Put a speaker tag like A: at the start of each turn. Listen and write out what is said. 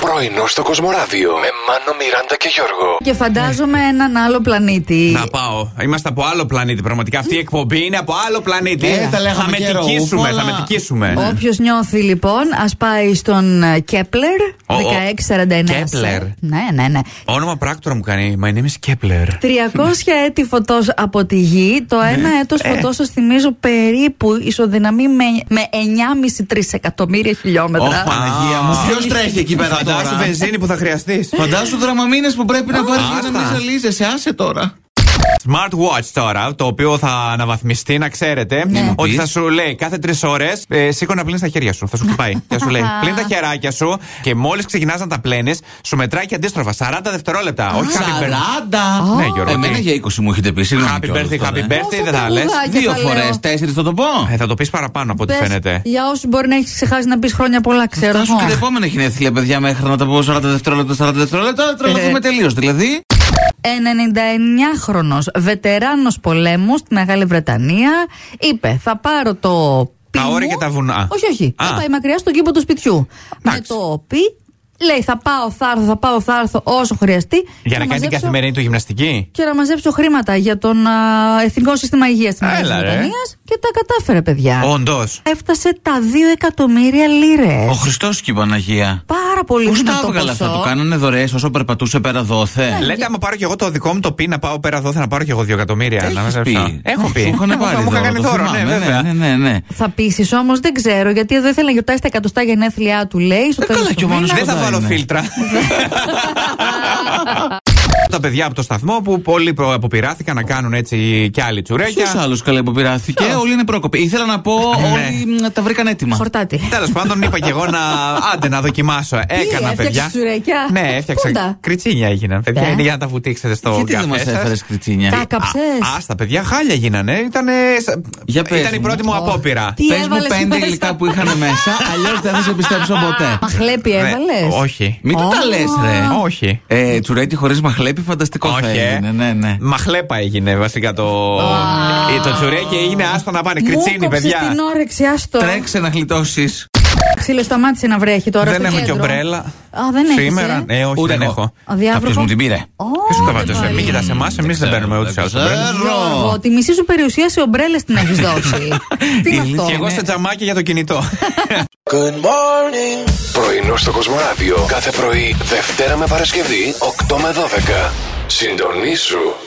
A: Πρωινό στο Κοσμοράδιο με Μάνο, Μιράντα και Γιώργο.
B: Και φαντάζομαι έναν άλλο πλανήτη.
C: Ναι. Να πάω. Είμαστε από άλλο πλανήτη. Πραγματικά αυτή η εκπομπή είναι από άλλο πλανήτη.
D: Ε, τα λέγαμε
C: θα με
D: καιρό,
C: τικήσουμε,
D: ούφαλα.
C: θα με τικήσουμε.
B: Όποιος νιώθει λοιπόν, ας πάει στον ε, Κέπλερ
C: Ο- ο-
B: 1649.
C: Κέπλερ.
B: Ναι, ναι, ναι.
C: Όνομα πράκτορα μου κάνει. My name is
B: 300
C: Kepler.
B: έτη φωτός από τη γη.
C: Ναι.
B: Το ένα έτος
C: Ε.
B: έτο φωτός, σας θυμίζω, περίπου ισοδυναμεί με, με 9,5 τρισεκατομμύρια χιλιόμετρα.
D: Ωχ, Παναγία μου.
C: Α.
D: Ποιος τρέχει εκεί πέρα
C: Φαντάσου
D: τώρα.
C: βενζίνη που θα χρειαστείς.
D: Φαντάσου δραμαμίνε που πρέπει να πάρεις για να μην
C: άστα.
D: ζαλίζεσαι. Άσε τώρα.
C: Smartwatch τώρα, το οποίο θα αναβαθμιστεί, να ξέρετε,
D: μου
C: ότι
D: πεις.
C: θα σου λέει κάθε τρεις ώρες ε, σήκω να πλύνεις τα χέρια σου. Θα σου χτυπάει. θα σου λέει πλύνει τα χεράκια σου και μόλις ξεκινάς να τα πλένεις, σου μετράει και αντίστροφα 40 δευτερόλεπτα. Όχι happy birthday.
D: 40.
C: Ναι, Γιώργο.
D: Εμένα
C: τι.
D: για 20 μου έχετε πει. Συγγνώμη.
C: Happy
D: κιόλας
C: birthday,
D: τώρα,
C: happy
D: ε.
C: birthday,
B: Πόσα
C: δεν θα λε.
B: τραγουδάκια
D: Δύο
B: θα λέω.
D: φορέ, τέσσερις θα το πω.
C: Ε, Θα το πεις παραπάνω από ό,τι
B: Πες,
C: φαίνεται.
B: Για όσους μπορεί να έχεις ξεχάσει να πεις χρόνια πολλά, ξέρω
D: Φτάσου
B: εγώ.
D: και τα επόμενα γενέθλια, παιδιά, μέχρι να τα πω 40 δευτερόλεπτα, 40 δευτερόλεπτα. θα Τρελαθούμε
B: Ε.
D: τελείως. Δηλαδή.
B: 99χρονο βετεράνος πολέμου στη Μεγάλη Βρετανία είπε: Θα πάρω το.
C: Τα
B: πι μου».
C: όρια και τα βουνά.
B: Όχι, όχι.
C: Α.
B: Θα πάει μακριά στον κήπο του σπιτιού. Με
C: Εντάξει.
B: το πι, λέει: Θα πάω, θα έρθω, θα πάω, θα έρθω όσο χρειαστεί.
C: Για να κάνει την
B: μαζέψω-
C: καθημερινή του γυμναστική.
B: Και να μαζέψω χρήματα για τον α, Εθνικό Σύστημα Υγείας της Μεγάλη
C: Έλα, ρε.
B: Βρετανίας. Και τα κατάφερε, παιδιά.
C: Όντως.
B: Έφτασε τα 2 εκατομμύρια λίρες.
D: Ο Χριστός και η Παναγία.
B: Πάρα πολύ
D: Πώς τα
B: δυνατό
D: έβγαλε αυτά,
B: ποσό. Ναι,
D: του κάνανε δωρεές όσο περπατούσε πέρα
B: Ε,
D: δόθε.
C: Λέτε, άμα πάρω και εγώ το δικό μου το πει να πάω πέρα εδώ, θα να πάρω και εγώ δύο εκατομμύρια. να
D: Έχεις
C: μαζέψω.
D: πει.
C: Έχω πει.
D: Σου είχαν πάρει
C: Μου είχαν κάνει
D: το
C: δώρο, ναι,
D: θυμάμαι,
C: βέβαια.
D: Ναι, ναι, ναι.
B: Θα πείσει όμως, δεν ξέρω, γιατί εδώ ήθελε να γιορτάσει τα εκατοστά γενέθλιά του, λέει. Στο
D: Ε,
B: τέλος
D: καλά,
B: του
D: και ο
B: μήνα.
D: Μάνος
C: Δεν θα
D: κοντά
C: βάλω
D: είναι.
C: φίλτρα. Τα παιδιά από το σταθμό που πολλοί προ- αποπειράθηκαν να κάνουν έτσι και άλλη
D: Ποιο
C: τσουρέκια.
D: άλλο καλά που πειράστηκε, όλοι είναι πρόκοποι. Ήθελα να πω, όλοι μ, τα βρήκαν έτοιμα.
B: Χορτάτη.
C: Τέλος πάντων, είπα και εγώ να. Άντε να δοκιμάσω. Έκανα
B: έφτιαξες
C: παιδιά.
B: τσουρέκια?
C: Ναι, έφτιαξα.
B: Πού τα?
C: Κριτσίνια έγιναν, παιδιά.
B: Ε.
C: Είναι για να τα βουτήξετε στο
D: Γιατί δεν
C: καφέ
D: μας
C: σας.
D: έφερες κριτσίνια.
B: Τα κάψε.
C: Ε, Α, τα παιδιά χάλια γίνανε. Ήτανε... σα-
D: Για πες
C: Ήταν η
D: μου.
C: πρώτη μου
B: Ω.
C: απόπειρα.
B: Τι
D: Πες μου
B: έβαλες
D: πέντε
B: μέσα?
D: υλικά που είχαν μέσα, αλλιώς δεν θα σε πιστέψω ποτέ.
B: Μαχλέπι
C: Ναι,
B: έβαλες.
C: Όχι.
D: Μην του τα λες, ρε.
C: Όχι.
D: Ε, τσουρέκι χωρίς μαχλέπι, φανταστικό θα
C: Όχι. ε.
D: έγινε. Ναι, ναι.
C: Μαχλέπα έγινε βασικά το. Ε, Το τσουρέκι έγινε άστα να πάνε. Κριτσίνη, παιδιά.
B: την όρεξη, άστο.
D: Τρέξε να γλιτώσεις.
B: Ξύλο, σταμάτησε να βρέχει τώρα.
C: Δεν
B: στο
C: έχω και
B: κέντρο.
C: ομπρέλα.
B: Α, δεν έχεις.
C: Σήμερα. Ε, όχι,
D: Ούτε
C: δεν
D: εγώ.
C: έχω.
D: Κάποιο μου την πήρε.
C: Και σου καβάτωσε. Μην κοιτάς εμάς, εμείς δεν παίρνουμε ούτε σε άλλου ομπρέλα.
D: Ξέρω.
B: Τη μισή σου περιουσία σε ομπρέλες την έχεις δώσει. Τι είναι αυτό.
C: Και εγώ σε τζαμάκι για το κινητό.
A: Πρωινό στο Κοσμοράδιο κάθε πρωί, Δευτέρα με Παρασκευή, 8 με 12. Συντονίσου